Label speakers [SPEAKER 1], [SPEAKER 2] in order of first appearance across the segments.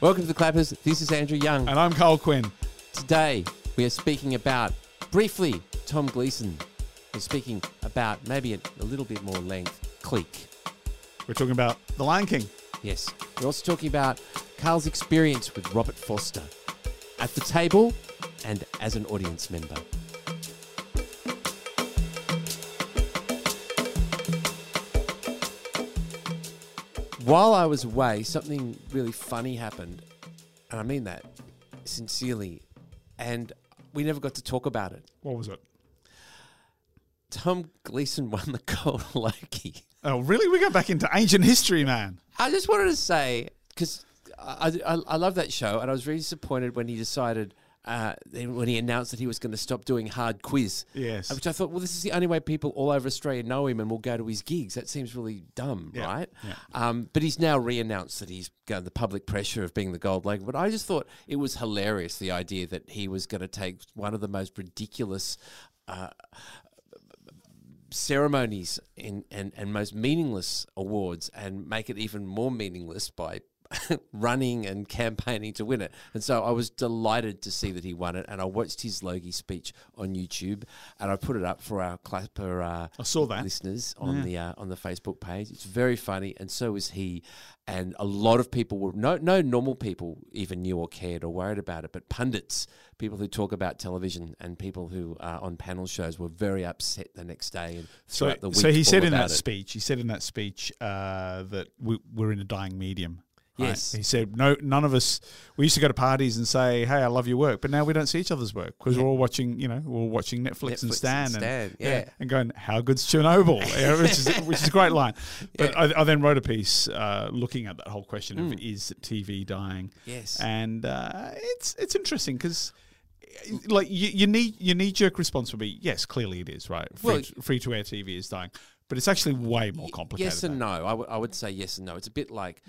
[SPEAKER 1] Welcome to the Clappers. This is Andrew Young.
[SPEAKER 2] And I'm Carl Quinn.
[SPEAKER 1] Today we are speaking about briefly Tom Gleason. We're speaking about maybe at a little bit more length clique.
[SPEAKER 2] We're talking about The Lion King.
[SPEAKER 1] Yes. We're also talking about Carl's experience with Robert Foster at the table and as an audience member. While I was away, something really funny happened. And I mean that sincerely. And we never got to talk about it.
[SPEAKER 2] What was it?
[SPEAKER 1] Tom Gleason won the Gold Loki.
[SPEAKER 2] Oh, really? We go back into ancient history, man.
[SPEAKER 1] I just wanted to say because I, I I love that show, and I was really disappointed when he decided uh, when he announced that he was going to stop doing hard quiz. Uh,
[SPEAKER 2] Yes.
[SPEAKER 1] which I thought, well, this is the only way people all over Australia know him and will go to his gigs. That seems really dumb,
[SPEAKER 2] Yeah,
[SPEAKER 1] right?
[SPEAKER 2] yeah.
[SPEAKER 1] Um, but he's now re-announced that he's got the public pressure of being the gold leg. But I just thought it was hilarious the idea that he was going to take one of the most ridiculous. Uh, ceremonies in, and, and most meaningless awards and make it even more meaningless by running and campaigning to win it. And so I was delighted to see that he won it. And I watched his Logie speech on YouTube and I put it up for our Clapper uh,
[SPEAKER 2] I saw that.
[SPEAKER 1] listeners on the uh, on the Facebook page. It's very funny, and so is he. And a lot of people were no no normal people even knew or cared or worried about it, but pundits, people who talk about television, and people who are on panel shows were very upset the next day and
[SPEAKER 2] So,
[SPEAKER 1] throughout the week.
[SPEAKER 2] so he
[SPEAKER 1] all
[SPEAKER 2] said in that
[SPEAKER 1] about it.
[SPEAKER 2] speech, he said in that speech uh, that we, we're in a dying medium.
[SPEAKER 1] Yes.
[SPEAKER 2] He said, no, none of us, we used to go to parties and say, hey, I love your work. But now we don't see each other's work because we're all watching, you know, we're all watching
[SPEAKER 1] Netflix and
[SPEAKER 2] Netflix, and Stan.
[SPEAKER 1] Stan, yeah.
[SPEAKER 2] And going, how good's Chernobyl? Yeah, which, is, which is a great line. But I, I then wrote a piece uh, looking at that whole question
[SPEAKER 1] Mm.
[SPEAKER 2] of is TV dying?
[SPEAKER 1] Yes.
[SPEAKER 2] and uh, it's it's interesting because like you, you need your knee jerk response would be yes, clearly it is right. Free,
[SPEAKER 1] Well,
[SPEAKER 2] free to air TV is dying, but it's actually way more complicated.
[SPEAKER 1] Yes and
[SPEAKER 2] than-
[SPEAKER 1] no. I would- I would say yes and no. It's a bit like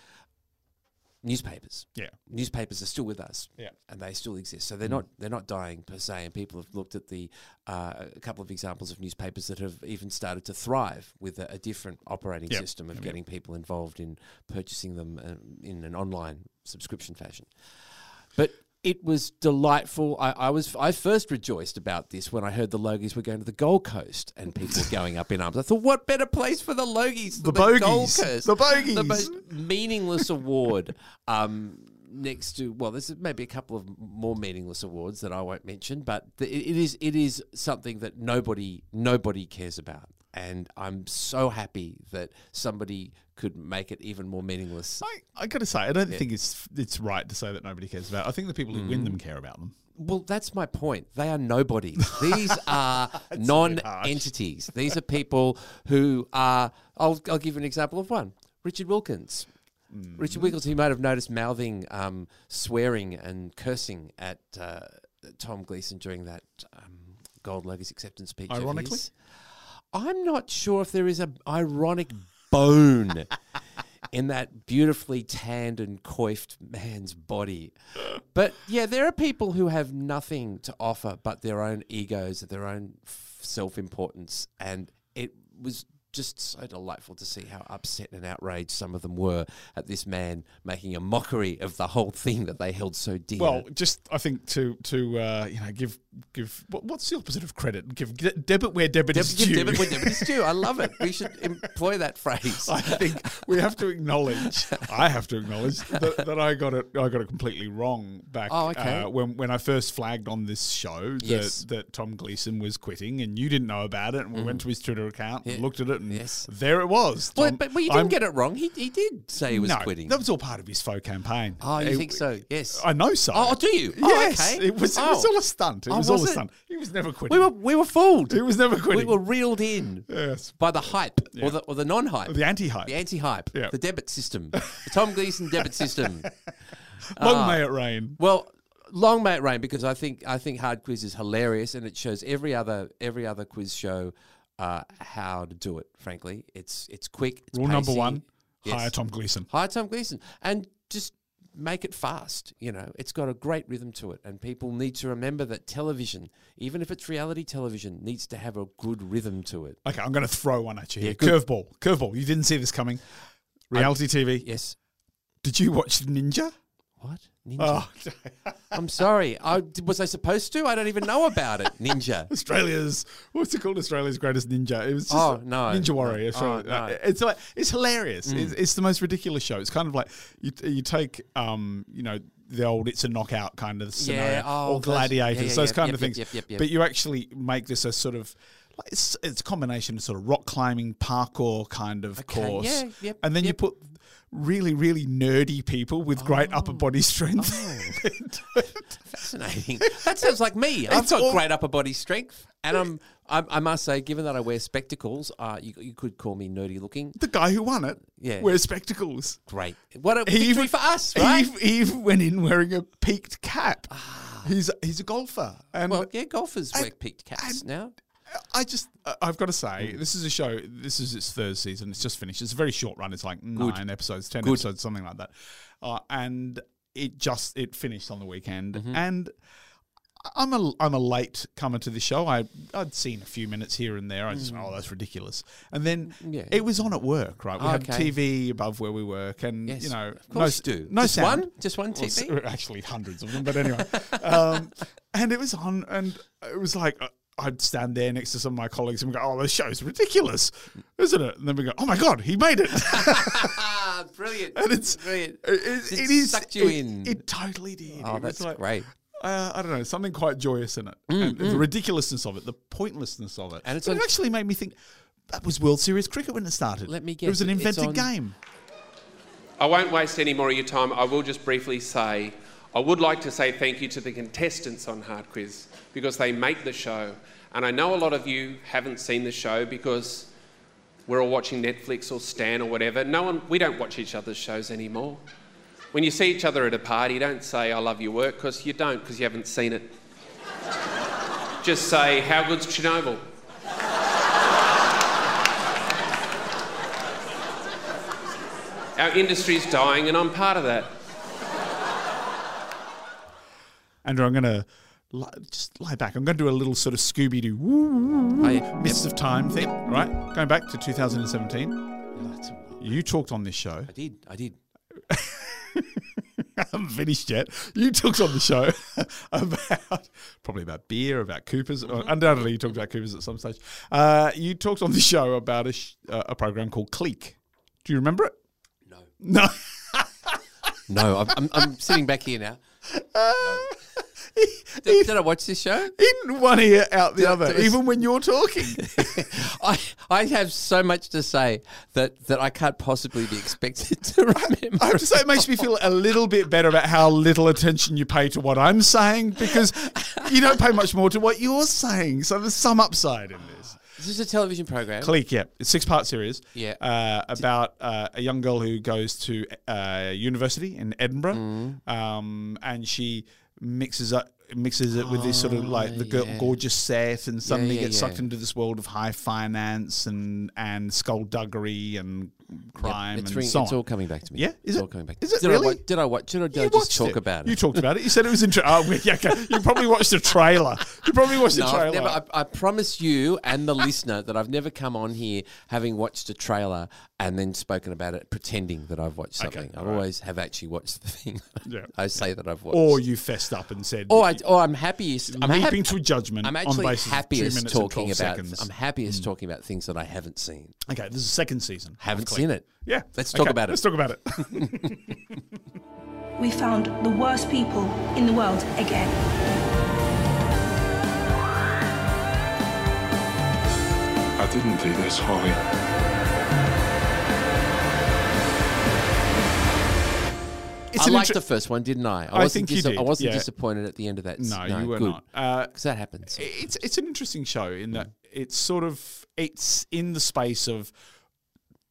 [SPEAKER 1] newspapers.
[SPEAKER 2] Yeah,
[SPEAKER 1] newspapers are still with us,
[SPEAKER 2] Yeah.
[SPEAKER 1] and they still exist. So they're not they're not dying per se. And people have looked at the uh, a couple of examples of newspapers that have even started to thrive with a, a different operating
[SPEAKER 2] Yep.
[SPEAKER 1] system of getting people involved in purchasing them um, in an online subscription fashion. But it was delightful. I, I was I first rejoiced about this when I heard the Logies were going to the Gold Coast and people were going up in arms. I thought, what better place for the Logies?
[SPEAKER 2] The
[SPEAKER 1] than the Gold
[SPEAKER 2] bogies.
[SPEAKER 1] Coast,
[SPEAKER 2] The bogies.
[SPEAKER 1] the most meaningless award. Um, next to well, there's maybe a couple of more meaningless awards that I won't mention, but the, it, it is it is something that nobody nobody cares about. And I'm so happy that somebody could make it even more meaningless.
[SPEAKER 2] I, I gotta say I don't think it's it's right to say that nobody cares about. it. I think the people who win
[SPEAKER 1] Mm.
[SPEAKER 2] them care about them.
[SPEAKER 1] Well, that's my point. They are nobodies. These are non-entities. These are people who are. I'll, I'll give you an example of one. Richard Wilkins. Richard Wilkins, you might have noticed mouthing, um, swearing, and cursing at uh, Tom Gleason during that um, Gold Logies acceptance speech. of
[SPEAKER 2] Ironically?
[SPEAKER 1] his. I'm not sure if there is a ironic bone in that beautifully tanned and coiffed man's body. But yeah, there are people who have nothing to offer but their own egos, their own self importance. And it was just so delightful to see how upset and outraged some of them were at this man making a mockery of the whole thing that they held so dear.
[SPEAKER 2] Well, just I think to to uh, you know give give what, what's the opposite of credit? Give de- debit where debit
[SPEAKER 1] Deb-
[SPEAKER 2] is
[SPEAKER 1] give
[SPEAKER 2] due.
[SPEAKER 1] debit where debit is due. I love it. We should employ that phrase.
[SPEAKER 2] I think we have to acknowledge. I have to acknowledge that, that I got it. I got it completely wrong back
[SPEAKER 1] Oh, okay.
[SPEAKER 2] uh, when when I first flagged on this show that
[SPEAKER 1] Yes. Mm.
[SPEAKER 2] that Tom Gleason was quitting, and you didn't know about it. And we went to his Twitter account and looked at it, and
[SPEAKER 1] Yes.
[SPEAKER 2] there it was.
[SPEAKER 1] Well,
[SPEAKER 2] Tom-
[SPEAKER 1] but, but you didn't
[SPEAKER 2] I'm-
[SPEAKER 1] get it wrong. He, he did say he was
[SPEAKER 2] no,
[SPEAKER 1] quitting.
[SPEAKER 2] That was all part of his faux campaign.
[SPEAKER 1] Oh, you
[SPEAKER 2] It-
[SPEAKER 1] think so? Yes.
[SPEAKER 2] I know so.
[SPEAKER 1] Oh, do you? Oh,
[SPEAKER 2] Yes,
[SPEAKER 1] okay.
[SPEAKER 2] it was. It was
[SPEAKER 1] Oh.
[SPEAKER 2] all a stunt. It
[SPEAKER 1] Oh,
[SPEAKER 2] was, all
[SPEAKER 1] was
[SPEAKER 2] a
[SPEAKER 1] it?
[SPEAKER 2] stunt. He was never quitting.
[SPEAKER 1] we were we were fooled.
[SPEAKER 2] He was never
[SPEAKER 1] we
[SPEAKER 2] quitting.
[SPEAKER 1] were reeled in
[SPEAKER 2] yes,
[SPEAKER 1] by the hype or the or the non-hype,
[SPEAKER 2] the anti-hype.
[SPEAKER 1] the anti-hype,
[SPEAKER 2] Yeah.
[SPEAKER 1] the debit system, the Tom Gleason debit system.
[SPEAKER 2] Long
[SPEAKER 1] Ah.
[SPEAKER 2] may it rain.
[SPEAKER 1] Well, long may it rain because I think I think hard quiz is hilarious and it shows every other every other quiz show uh, how to do it. Frankly, it's it's quick. It's
[SPEAKER 2] Rule number
[SPEAKER 1] pacey.
[SPEAKER 2] one:
[SPEAKER 1] Yes.
[SPEAKER 2] hire Tom Gleason.
[SPEAKER 1] Hire Tom Gleason and just make it fast. You know, it's got a great rhythm to it, and people need to remember that television, even if it's reality television, needs to have a good rhythm to it.
[SPEAKER 2] Okay, I'm going to throw one at you. here.
[SPEAKER 1] good.
[SPEAKER 2] curveball, curveball. You didn't see this coming. Reality TV.
[SPEAKER 1] Yes.
[SPEAKER 2] Did you watch Ninja?
[SPEAKER 1] What? Ninja?
[SPEAKER 2] Oh,
[SPEAKER 1] I'm sorry. I, was I supposed to? I don't even know about it. Ninja.
[SPEAKER 2] Australia's what's it called? Australia's greatest ninja. It was just
[SPEAKER 1] Oh, no.
[SPEAKER 2] Ninja Warrior.
[SPEAKER 1] No. Mm.
[SPEAKER 2] Australia.
[SPEAKER 1] Oh, no.
[SPEAKER 2] It's like it's hilarious. It's, it's the most ridiculous show. It's kind of like you you take um you know the old it's a knockout kind of scenario
[SPEAKER 1] oh,
[SPEAKER 2] or
[SPEAKER 1] those-
[SPEAKER 2] gladiators
[SPEAKER 1] yeah, yeah,
[SPEAKER 2] those
[SPEAKER 1] yep,
[SPEAKER 2] kind
[SPEAKER 1] yep,
[SPEAKER 2] of
[SPEAKER 1] yep,
[SPEAKER 2] things.
[SPEAKER 1] yep, yep, yep.
[SPEAKER 2] But you actually make this a sort of like, it's it's a combination of sort of rock climbing parkour kind of course,
[SPEAKER 1] yeah, yep,
[SPEAKER 2] and then you
[SPEAKER 1] yep.
[SPEAKER 2] put really really nerdy people with great upper
[SPEAKER 1] Oh.
[SPEAKER 2] body strength.
[SPEAKER 1] Fascinating. That sounds like me. I've
[SPEAKER 2] It's
[SPEAKER 1] got
[SPEAKER 2] all-
[SPEAKER 1] great upper body strength, and I'm, I'm. I must say, given that I wear spectacles, uh, you, you could call me nerdy looking.
[SPEAKER 2] the guy who won it
[SPEAKER 1] Yeah.
[SPEAKER 2] wears spectacles.
[SPEAKER 1] Great. What a victory for us, right? Ah.
[SPEAKER 2] He, ev- he even went in wearing a peaked cap. He's he's a golfer, and
[SPEAKER 1] well, yeah, golfers wear picked caps
[SPEAKER 2] and-
[SPEAKER 1] now.
[SPEAKER 2] I just I- I've got to say this is a show. This is its third season. It's just finished. It's a very short run. It's like nine episodes, ten episodes, something like that. Uh, and it just it finished on the weekend,
[SPEAKER 1] Mm-hmm.
[SPEAKER 2] and. I'm a I'm a late comer to the show. I I'd seen a few minutes here and there. I just oh that's ridiculous. And then
[SPEAKER 1] Mm. Yeah.
[SPEAKER 2] it was on at work, right? We had
[SPEAKER 1] Okay.
[SPEAKER 2] TV above where we work, and
[SPEAKER 1] Yes,
[SPEAKER 2] you know
[SPEAKER 1] of
[SPEAKER 2] no
[SPEAKER 1] course
[SPEAKER 2] s-
[SPEAKER 1] you do.
[SPEAKER 2] no
[SPEAKER 1] just
[SPEAKER 2] sound.
[SPEAKER 1] one, just one
[SPEAKER 2] Well,
[SPEAKER 1] TV.
[SPEAKER 2] s- actually, hundreds of them. But anyway, um, and it was on, and it was like uh, I'd stand there next to some of my colleagues and we go, "Oh, this show's ridiculous, isn't it?" And then we go, "Oh my god, he made it!"
[SPEAKER 1] Ah, brilliant.
[SPEAKER 2] and it's
[SPEAKER 1] brilliant.
[SPEAKER 2] it- it-
[SPEAKER 1] It
[SPEAKER 2] it is
[SPEAKER 1] sucked you
[SPEAKER 2] it-
[SPEAKER 1] in.
[SPEAKER 2] It totally did.
[SPEAKER 1] oh,
[SPEAKER 2] It was
[SPEAKER 1] that's
[SPEAKER 2] like,
[SPEAKER 1] great. Mm,
[SPEAKER 2] Uh, I don't know, something quite joyous in it, and the ridiculousness of it, the pointlessness of it,
[SPEAKER 1] And it's
[SPEAKER 2] But
[SPEAKER 1] on-
[SPEAKER 2] it actually made me think. That was World Series cricket when it started.
[SPEAKER 1] Let me
[SPEAKER 2] It
[SPEAKER 1] guess,
[SPEAKER 2] was an
[SPEAKER 1] it's
[SPEAKER 2] invented
[SPEAKER 1] on-
[SPEAKER 2] game.
[SPEAKER 3] I won't waste any more of your time. I will just briefly say I would like to say thank you to the contestants on Hard Quiz because they make the show. And I know a lot of you haven't seen the show because we're all watching Netflix or Stan or whatever. No one, we don't watch each other's shows anymore. When you see each other at a party, don't say, I love your work, because you don't, because you haven't seen it. just say, How good's Chernobyl? Our industry's dying, and I'm part of that.
[SPEAKER 2] Andrew, I'm going to li- just lie back. I'm going to do a little sort of Scooby Doo. Woo, woo, woo.
[SPEAKER 1] I,
[SPEAKER 2] Mists of Time thing, right? Going back to 2017,
[SPEAKER 1] that's,
[SPEAKER 2] you talked on this show.
[SPEAKER 1] I did. I did.
[SPEAKER 2] I haven't finished yet. You talked on the show about probably about beer, about Coopers. or Undoubtedly, you talked about Coopers at some stage. Uh, you talked on the show about a, sh- uh, a program called Clique. Do you remember it?
[SPEAKER 1] No.
[SPEAKER 2] No.
[SPEAKER 1] No, I'm, I'm, I'm sitting back here now.
[SPEAKER 2] in,
[SPEAKER 1] Did, did I watch this show?
[SPEAKER 2] in one ear, out the other.
[SPEAKER 1] did I s-
[SPEAKER 2] Even when you're talking,
[SPEAKER 1] I I have so much to say that, that I can't possibly be expected to remember.
[SPEAKER 2] I have to say, it makes me feel a little bit better about how little attention you pay to what I'm saying because you don't pay much more to what you're saying. So there's some upside in this.
[SPEAKER 1] This is a television program.
[SPEAKER 2] Clique, yeah, it's six part series.
[SPEAKER 1] Yeah.
[SPEAKER 2] uh, about uh, a young girl who goes to uh, university in Edinburgh,
[SPEAKER 1] Mm.
[SPEAKER 2] um, and she mixes up. Mixes it with this sort of like the gor-
[SPEAKER 1] Ah, yeah.
[SPEAKER 2] gorgeous set, and suddenly
[SPEAKER 1] yeah,
[SPEAKER 2] gets sucked
[SPEAKER 1] yeah.
[SPEAKER 2] into this world of high finance and and skullduggery and crime
[SPEAKER 1] It's,
[SPEAKER 2] and
[SPEAKER 1] ring,
[SPEAKER 2] so
[SPEAKER 1] it's
[SPEAKER 2] on.
[SPEAKER 1] all coming back to me.
[SPEAKER 2] Yeah? Is
[SPEAKER 1] it's
[SPEAKER 2] it-
[SPEAKER 1] all coming back.
[SPEAKER 2] is it
[SPEAKER 1] did I
[SPEAKER 2] really?
[SPEAKER 1] watch, did I watch it or did I
[SPEAKER 2] You
[SPEAKER 1] just
[SPEAKER 2] watched
[SPEAKER 1] talk about it?
[SPEAKER 2] You talked about it. You said it was interesting. Oh, yeah, okay. You probably watched the trailer. You probably watched
[SPEAKER 1] no,
[SPEAKER 2] the
[SPEAKER 1] I've
[SPEAKER 2] trailer.
[SPEAKER 1] never, I, I promise you and the listener that I've never come on here having watched a trailer and then spoken about it, pretending that I've watched something. I always have actually watched the thing.
[SPEAKER 2] Yeah.
[SPEAKER 1] I say that I've watched.
[SPEAKER 2] or you fessed up and said,
[SPEAKER 1] or, Oh, I, or I'm happiest. I'm
[SPEAKER 2] leaping
[SPEAKER 1] happy.
[SPEAKER 2] to a judgment.
[SPEAKER 1] I'm
[SPEAKER 2] on the
[SPEAKER 1] actually
[SPEAKER 2] basis of two
[SPEAKER 1] happiest
[SPEAKER 2] minutes and
[SPEAKER 1] talking
[SPEAKER 2] 12
[SPEAKER 1] about.
[SPEAKER 2] Seconds. Hmm.
[SPEAKER 1] I'm happiest talking about things that I haven't seen.
[SPEAKER 2] okay, this is the second season.
[SPEAKER 1] Haven't
[SPEAKER 2] Click.
[SPEAKER 1] seen it.
[SPEAKER 2] Yeah.
[SPEAKER 1] Let's talk
[SPEAKER 2] Okay,
[SPEAKER 1] about
[SPEAKER 2] Let's
[SPEAKER 1] it.
[SPEAKER 2] talk about it.
[SPEAKER 4] we found the worst people in the world again.
[SPEAKER 5] I didn't do this, Holly.
[SPEAKER 2] It's
[SPEAKER 1] I
[SPEAKER 2] an
[SPEAKER 1] liked
[SPEAKER 2] inter-
[SPEAKER 1] the first one, didn't I? I,
[SPEAKER 2] I
[SPEAKER 1] wasn't
[SPEAKER 2] think you
[SPEAKER 1] disa-
[SPEAKER 2] did,
[SPEAKER 1] I wasn't
[SPEAKER 2] yeah.
[SPEAKER 1] disappointed at the end of that.
[SPEAKER 2] No, you were
[SPEAKER 1] good.
[SPEAKER 2] not. Uh,
[SPEAKER 1] Because that happens.
[SPEAKER 2] it's it's an interesting show in that it's sort of it's in the space of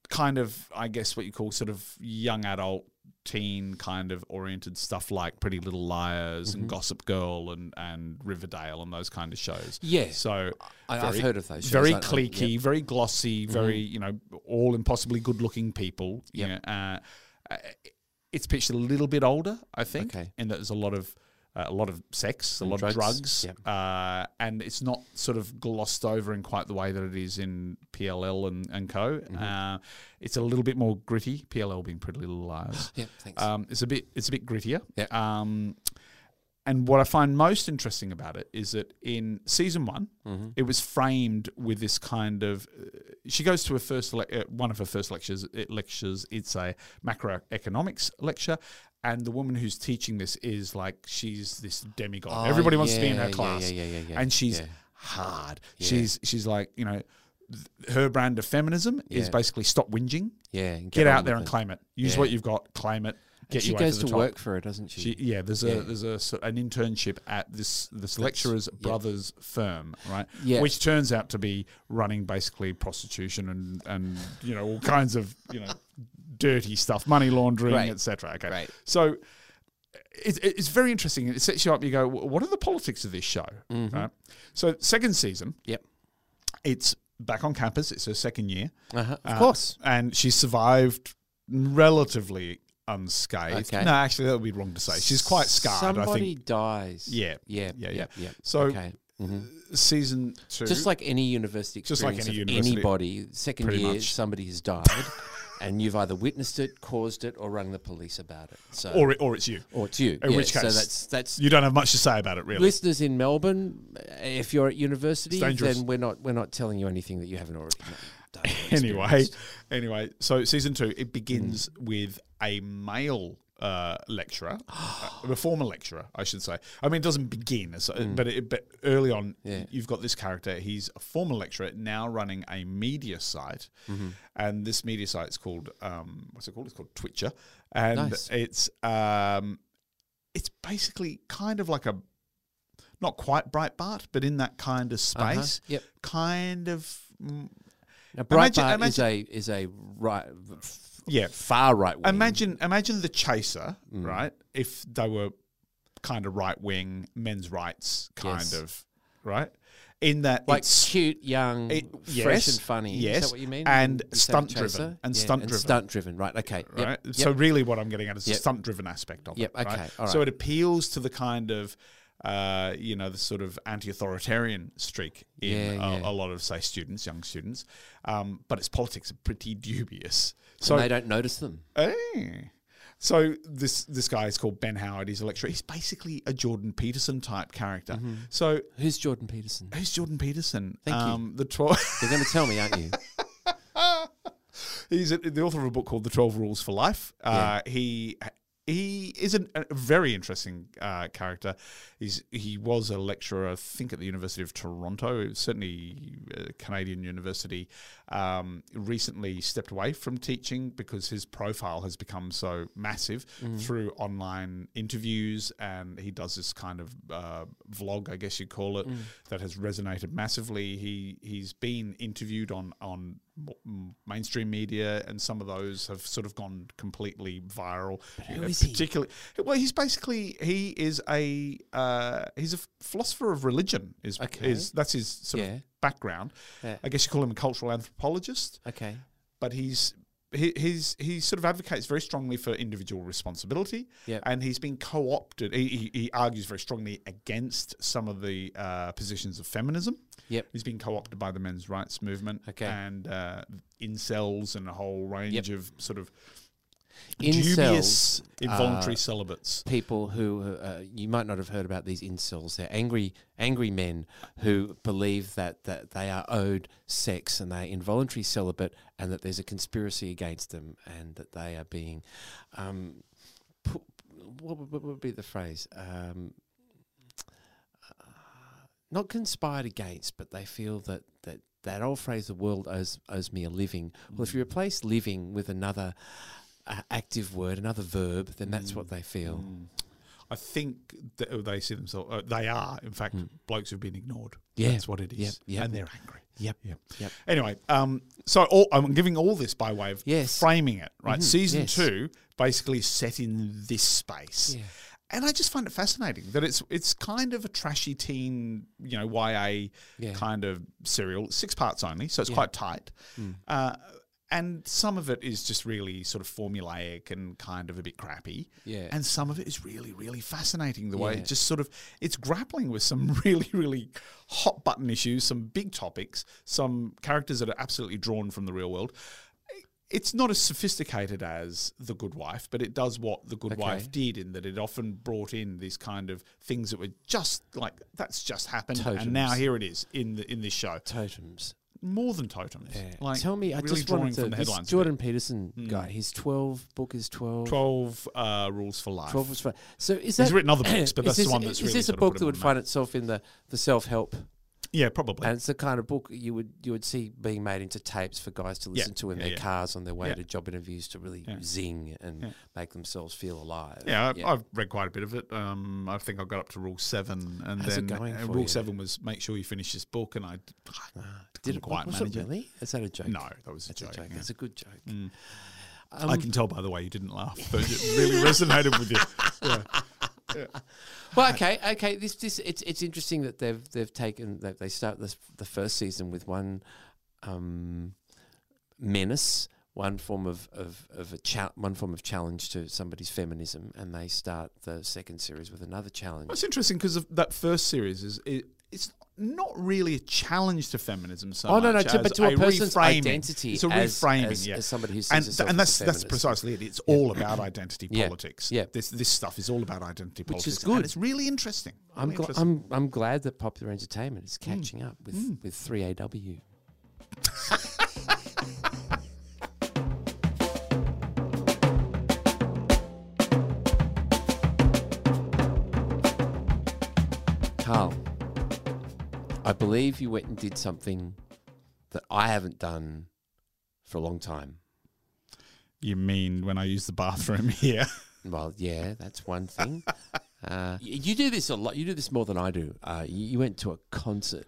[SPEAKER 2] kind of I guess what you call sort of young adult teen kind of oriented stuff like Pretty Little Liars
[SPEAKER 1] Mm-hmm.
[SPEAKER 2] and Gossip Girl and and Riverdale and those kind of shows.
[SPEAKER 1] Yeah.
[SPEAKER 2] So
[SPEAKER 1] I- I've heard of those shows.
[SPEAKER 2] Very
[SPEAKER 1] I- Mm-hmm. I-
[SPEAKER 2] cliquey, very glossy, very you know all impossibly good looking people. you know, uh, it's pitched a little bit older, I think,
[SPEAKER 1] Okay.
[SPEAKER 2] and that there's a lot of uh, a lot of sex, a lot
[SPEAKER 1] drugs,
[SPEAKER 2] of drugs,
[SPEAKER 1] yep.
[SPEAKER 2] uh, and it's not sort of glossed over in quite the way that it is in PLL and, and Co.
[SPEAKER 1] Mm-hmm.
[SPEAKER 2] Uh, it's a little bit more gritty. PLL being Pretty Little Liars.
[SPEAKER 1] Yep, thanks.
[SPEAKER 2] Um, it's a bit it's a bit grittier.
[SPEAKER 1] Yep.
[SPEAKER 2] Um, and what I find most interesting about it is that in season one,
[SPEAKER 1] Mm-hmm.
[SPEAKER 2] it was framed with this kind of. Uh, she goes to her first le- uh, one of her first lectures. It lectures. It's a macroeconomics lecture, and the woman who's teaching this is like she's this demigod.
[SPEAKER 1] Oh,
[SPEAKER 2] Everybody wants to be in
[SPEAKER 1] yeah,
[SPEAKER 2] her
[SPEAKER 1] yeah,
[SPEAKER 2] class,
[SPEAKER 1] yeah, yeah, yeah,
[SPEAKER 2] and she's
[SPEAKER 1] yeah.
[SPEAKER 2] hard. She's she's like you know, th- her brand of feminism is
[SPEAKER 1] Yeah.
[SPEAKER 2] basically stop whinging,
[SPEAKER 1] Yeah, and
[SPEAKER 2] get,
[SPEAKER 1] get on
[SPEAKER 2] out there
[SPEAKER 1] with
[SPEAKER 2] and
[SPEAKER 1] it.
[SPEAKER 2] claim it. Use
[SPEAKER 1] Yeah.
[SPEAKER 2] what you've got, claim it. Get
[SPEAKER 1] she
[SPEAKER 2] your way
[SPEAKER 1] goes
[SPEAKER 2] to,
[SPEAKER 1] to,
[SPEAKER 2] the top.
[SPEAKER 1] work for it, doesn't she?
[SPEAKER 2] She, yeah, there's
[SPEAKER 1] Yeah.
[SPEAKER 2] a there's a sort an internship at this this lecturer's brother's firm, right?
[SPEAKER 1] Yeah.
[SPEAKER 2] Which turns out to be running basically prostitution and and you know all kinds of you know dirty stuff, money laundering,
[SPEAKER 1] Right.
[SPEAKER 2] etc. Okay,
[SPEAKER 1] Right.
[SPEAKER 2] so it, it- it's very interesting. It sets you up. You go, "Wh- what are the politics of this show?
[SPEAKER 1] Mm-hmm.
[SPEAKER 2] Right. So second season,
[SPEAKER 1] Yep.
[SPEAKER 2] it's back on campus. It's her second year,
[SPEAKER 1] Uh-huh. Of
[SPEAKER 2] Uh,
[SPEAKER 1] course.
[SPEAKER 2] and she survived relatively unscathed.
[SPEAKER 1] Okay.
[SPEAKER 2] No, actually, that would be wrong to say. She's quite scarred.
[SPEAKER 1] Somebody
[SPEAKER 2] I think
[SPEAKER 1] dies.
[SPEAKER 2] Yeah.
[SPEAKER 1] Yeah. Yeah.
[SPEAKER 2] Yeah, yeah.
[SPEAKER 1] Yeah.
[SPEAKER 2] So-
[SPEAKER 1] okay. Mhm.
[SPEAKER 2] season two.
[SPEAKER 1] just like any university
[SPEAKER 2] Just
[SPEAKER 1] experience
[SPEAKER 2] like any
[SPEAKER 1] of
[SPEAKER 2] university,
[SPEAKER 1] anybody, second
[SPEAKER 2] pretty
[SPEAKER 1] year
[SPEAKER 2] much.
[SPEAKER 1] somebody has died, and you've either witnessed it, caused it, or rung the police about it. So
[SPEAKER 2] or it- or it's you.
[SPEAKER 1] or it's you.
[SPEAKER 2] in
[SPEAKER 1] yeah,
[SPEAKER 2] which
[SPEAKER 1] so
[SPEAKER 2] case
[SPEAKER 1] that's that's
[SPEAKER 2] You don't have much to say about it, really.
[SPEAKER 1] listeners in Melbourne. uh, If you're at university,
[SPEAKER 2] dangerous.
[SPEAKER 1] then we're not we're not telling you anything that you haven't already known. done or
[SPEAKER 2] anyway,
[SPEAKER 1] experienced.
[SPEAKER 2] anyway. So season two it begins with a male. Uh, lecturer, uh, a former lecturer, I should say. I mean, it doesn't begin, so, but it, but early on,
[SPEAKER 1] Mm. Yeah.
[SPEAKER 2] you've got this character. He's a former lecturer, now running a media site,
[SPEAKER 1] Mm-hmm.
[SPEAKER 2] and this media site's called um, what's it called? It's called Twitcher, and
[SPEAKER 1] Nice.
[SPEAKER 2] it's um, it's basically kind of like a not quite Breitbart, but in that kind of
[SPEAKER 1] Uh-huh,
[SPEAKER 2] space,
[SPEAKER 1] Yep.
[SPEAKER 2] kind of mm,
[SPEAKER 1] Now,
[SPEAKER 2] Imagine-
[SPEAKER 1] Breitbart is a is a right,
[SPEAKER 2] yeah,
[SPEAKER 1] far right wing.
[SPEAKER 2] Imagine, imagine the chaser,
[SPEAKER 1] Mm.
[SPEAKER 2] right? If they were kind of right wing, men's rights kind
[SPEAKER 1] Yes.
[SPEAKER 2] of, right? In that,
[SPEAKER 1] like
[SPEAKER 2] it's,
[SPEAKER 1] cute, young,
[SPEAKER 2] it-
[SPEAKER 1] fresh
[SPEAKER 2] yes,
[SPEAKER 1] and funny.
[SPEAKER 2] yes,
[SPEAKER 1] is that what you mean?
[SPEAKER 2] and
[SPEAKER 1] You say
[SPEAKER 2] stunt-driven,
[SPEAKER 1] chaser?
[SPEAKER 2] and stunt-driven.
[SPEAKER 1] stunt driven. Right. Okay. Yep,
[SPEAKER 2] right.
[SPEAKER 1] yep.
[SPEAKER 2] So really, what I'm getting at is the
[SPEAKER 1] Yep.
[SPEAKER 2] stunt driven aspect of
[SPEAKER 1] Yep,
[SPEAKER 2] it. Right?
[SPEAKER 1] okay, all
[SPEAKER 2] So
[SPEAKER 1] right.
[SPEAKER 2] it appeals to the kind of. Uh, you know the sort of anti-authoritarian streak in
[SPEAKER 1] Yeah,
[SPEAKER 2] a,
[SPEAKER 1] yeah.
[SPEAKER 2] a lot of say students, young students, um, but its politics are pretty dubious. So
[SPEAKER 1] and they don't notice them.
[SPEAKER 2] Hey. Eh. So this this guy is called Ben Howard. He's a lecturer. He's basically a Jordan Peterson type character. So
[SPEAKER 1] Who's Jordan Peterson?
[SPEAKER 2] who's Jordan Peterson?
[SPEAKER 1] Mm-hmm.
[SPEAKER 2] Um,
[SPEAKER 1] Thank you.
[SPEAKER 2] The twelve.
[SPEAKER 1] You're going to tell me, aren't you?
[SPEAKER 2] he's a, the author of a book called The Twelve Rules for Life. Uh, He he is an, a very interesting uh, character. He's he was a lecturer, I think, at the University of Toronto, certainly a Canadian university. Um, recently stepped away from teaching because his profile has become so massive through online interviews, and he does this kind of uh, vlog, I guess you'd call it, that has resonated massively. He he's been interviewed on on mo- m- mainstream media, and some of those have sort of gone completely viral.
[SPEAKER 1] who
[SPEAKER 2] Uh,
[SPEAKER 1] is he?
[SPEAKER 2] particularly, well, he's basically he is a uh, he's a philosopher of religion. Is
[SPEAKER 1] Okay.
[SPEAKER 2] is that's his sort
[SPEAKER 1] Yeah.
[SPEAKER 2] of background.
[SPEAKER 1] Yeah.
[SPEAKER 2] I guess you call him a cultural anthropologist
[SPEAKER 1] Okay.
[SPEAKER 2] but he's he, he's he sort of advocates very strongly for individual responsibility,
[SPEAKER 1] Yep.
[SPEAKER 2] and he's been co-opted. He, he, he argues very strongly against some of the uh, positions of feminism.
[SPEAKER 1] Yep.
[SPEAKER 2] he's been co-opted by the men's rights movement
[SPEAKER 1] Okay.
[SPEAKER 2] and uh, incels and a whole range of sort of
[SPEAKER 1] Incels
[SPEAKER 2] dubious involuntary celibates.
[SPEAKER 1] people who uh, you might not have heard about these incels. They're angry, angry men who believe that that they are owed sex and they're involuntary celibate, and that there's a conspiracy against them, and that they are being, um, pu- what, would- what would be the phrase? Um, uh, not conspired against, but they feel that that. That old phrase, "the world owes, owes me a living." Well, if you replace "living" with another uh, active word, another verb, then that's what they feel.
[SPEAKER 2] Mm. I think that they see themselves. Uh, they are, in fact, blokes who've been ignored.
[SPEAKER 1] Hmm. Yeah.
[SPEAKER 2] that's what it is,
[SPEAKER 1] Yep, yep.
[SPEAKER 2] and they're angry.
[SPEAKER 1] Yep.
[SPEAKER 2] Yeah.
[SPEAKER 1] Yep.
[SPEAKER 2] Anyway, um, so all, I'm giving all this by way of
[SPEAKER 1] Yes. Mm-hmm.
[SPEAKER 2] framing it, right? Season
[SPEAKER 1] yes.
[SPEAKER 2] two basically is set in this space.
[SPEAKER 1] Yeah.
[SPEAKER 2] And I just find it fascinating that it's it's kind of a trashy teen, you know, YA
[SPEAKER 1] Yeah. Hmm.
[SPEAKER 2] kind of serial, six parts only, so it's quite tight. Uh, And some of it is just really sort of formulaic and kind of a bit crappy.
[SPEAKER 1] Yeah.
[SPEAKER 2] And some of it is really, really fascinating. The way
[SPEAKER 1] Yeah.
[SPEAKER 2] it just sort of it's grappling with some really, really hot button issues, some big topics, some characters that are absolutely drawn from the real world. It's not as sophisticated as The Good Wife, but it does what The Good Wife did in that it often brought in these kind of things that were just like that's just happened, and now
[SPEAKER 1] Totems.
[SPEAKER 2] here it is in the in this show
[SPEAKER 1] Totems.
[SPEAKER 2] more than totems. Like,
[SPEAKER 1] Tell me, I
[SPEAKER 2] really
[SPEAKER 1] just
[SPEAKER 2] drawing
[SPEAKER 1] wanted to.
[SPEAKER 2] from the
[SPEAKER 1] this
[SPEAKER 2] headlines. a bit. Hmm.
[SPEAKER 1] Jordan Peterson guy. His twelve book is twelve.
[SPEAKER 2] Twelve uh, rules for life.
[SPEAKER 1] 12 was fun. So is that,
[SPEAKER 2] He's written other books, but
[SPEAKER 1] is
[SPEAKER 2] that's the
[SPEAKER 1] this-
[SPEAKER 2] one that's
[SPEAKER 1] is
[SPEAKER 2] really
[SPEAKER 1] this a
[SPEAKER 2] sort of
[SPEAKER 1] book
[SPEAKER 2] put
[SPEAKER 1] that
[SPEAKER 2] him on
[SPEAKER 1] would
[SPEAKER 2] the
[SPEAKER 1] find itself in the, the self help?
[SPEAKER 2] Yeah, probably.
[SPEAKER 1] And it's the kind of book you would you would see being made into tapes for guys to listen to in
[SPEAKER 2] yeah,
[SPEAKER 1] their
[SPEAKER 2] yeah.
[SPEAKER 1] cars on their way
[SPEAKER 2] Yeah.
[SPEAKER 1] to job interviews to really zing and make themselves feel alive.
[SPEAKER 2] yeah, I, I've read quite a bit of it. Um, I think I got up to rule seven, and
[SPEAKER 1] How's it
[SPEAKER 2] then
[SPEAKER 1] going
[SPEAKER 2] uh,
[SPEAKER 1] for
[SPEAKER 2] rule
[SPEAKER 1] you? Ah,
[SPEAKER 2] seven was make sure you finish this book, and I d- I
[SPEAKER 1] Did
[SPEAKER 2] couldn't
[SPEAKER 1] it,
[SPEAKER 2] quite
[SPEAKER 1] was
[SPEAKER 2] manage
[SPEAKER 1] it really? Is that a joke?
[SPEAKER 2] No, that was a
[SPEAKER 1] That's
[SPEAKER 2] joke. yeah.
[SPEAKER 1] That's a good joke. Um,
[SPEAKER 2] I can tell by the way you didn't laugh, but it really resonated with you.
[SPEAKER 1] Well, okay, okay. This, this, it's, it's interesting that they've, they've taken that they start this the first season with one um, menace, one form of of, of a cha- one form of challenge to somebody's feminism, and they start the second series with another challenge.
[SPEAKER 2] It's interesting because that first series is it, it's not really a challenge to feminism. So
[SPEAKER 1] Oh, no, no,
[SPEAKER 2] much
[SPEAKER 1] to-
[SPEAKER 2] as
[SPEAKER 1] but to a person's
[SPEAKER 2] reframing.
[SPEAKER 1] identity
[SPEAKER 2] It's a
[SPEAKER 1] as-
[SPEAKER 2] reframing,
[SPEAKER 1] as-
[SPEAKER 2] yeah.
[SPEAKER 1] as somebody who sees
[SPEAKER 2] and,
[SPEAKER 1] herself
[SPEAKER 2] and
[SPEAKER 1] as
[SPEAKER 2] that's
[SPEAKER 1] a
[SPEAKER 2] that's
[SPEAKER 1] feminist.
[SPEAKER 2] precisely it. It's all about identity
[SPEAKER 1] Yeah.
[SPEAKER 2] politics.
[SPEAKER 1] Yeah.
[SPEAKER 2] this this stuff is all about identity politics,
[SPEAKER 1] is
[SPEAKER 2] and
[SPEAKER 1] good.
[SPEAKER 2] it's really interesting.
[SPEAKER 1] I'm,
[SPEAKER 2] Really
[SPEAKER 1] gl-
[SPEAKER 2] interesting.
[SPEAKER 1] I'm, I'm glad that popular entertainment is catching up with, with 3AW. Carl, I believe you went and did something that I haven't done for a long time.
[SPEAKER 2] You mean when I use the bathroom here?
[SPEAKER 1] Well, yeah, that's one thing. uh, y- you do this a lot. You do this more than I do. Uh, you, you went to a concert.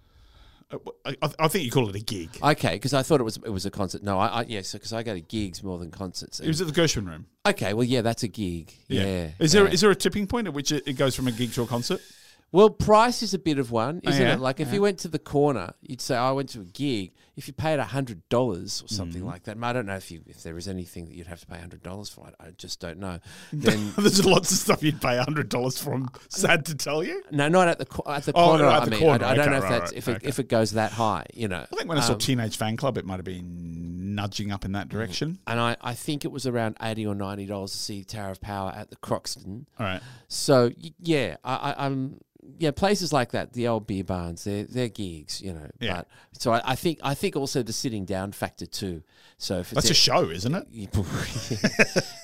[SPEAKER 2] I, I- I think you call it a gig.
[SPEAKER 1] Okay, because I thought it was it was a concert. No, I, I yeah, because I go to gigs more than concerts.
[SPEAKER 2] It was at the Gershwin Room.
[SPEAKER 1] okay, well, yeah, that's a gig. Yeah.
[SPEAKER 2] Is there is
[SPEAKER 1] yeah.
[SPEAKER 2] there a tipping point at which it, it goes from a gig to a concert?
[SPEAKER 1] well, price is a bit of one, isn't
[SPEAKER 2] Oh, yeah?
[SPEAKER 1] it? Like if you went to the corner, you'd say I went to a gig. If you paid hundred dollars or something
[SPEAKER 2] Mm-hmm.
[SPEAKER 1] like that, and I don't know if you if there is anything that you'd have to pay hundred dollars for. I, I just don't know. Then
[SPEAKER 2] There's lots of stuff you'd pay hundred dollars for. I'm sad to tell you.
[SPEAKER 1] no, not at the co- at the
[SPEAKER 2] Oh,
[SPEAKER 1] corner.
[SPEAKER 2] at
[SPEAKER 1] I
[SPEAKER 2] the
[SPEAKER 1] mean,
[SPEAKER 2] corner,
[SPEAKER 1] I, I don't
[SPEAKER 2] okay,
[SPEAKER 1] know if
[SPEAKER 2] right,
[SPEAKER 1] that's
[SPEAKER 2] right,
[SPEAKER 1] if it,
[SPEAKER 2] okay.
[SPEAKER 1] if it goes that high. You know,
[SPEAKER 2] I think when I saw Teenage Fan Club, it might have been nudging up in
[SPEAKER 1] Mm.
[SPEAKER 2] that direction.
[SPEAKER 1] and I, I think it was around eighty or ninety dollars to see Tower of Power at the Croxton.
[SPEAKER 2] All right.
[SPEAKER 1] So y- yeah, I, I, I'm yeah places like that, the old beer barns, they're they're gigs, you know.
[SPEAKER 2] Yeah.
[SPEAKER 1] But so I, I think I think also the sitting down factor too. So if it's
[SPEAKER 2] That's
[SPEAKER 1] a-
[SPEAKER 2] a show, isn't it?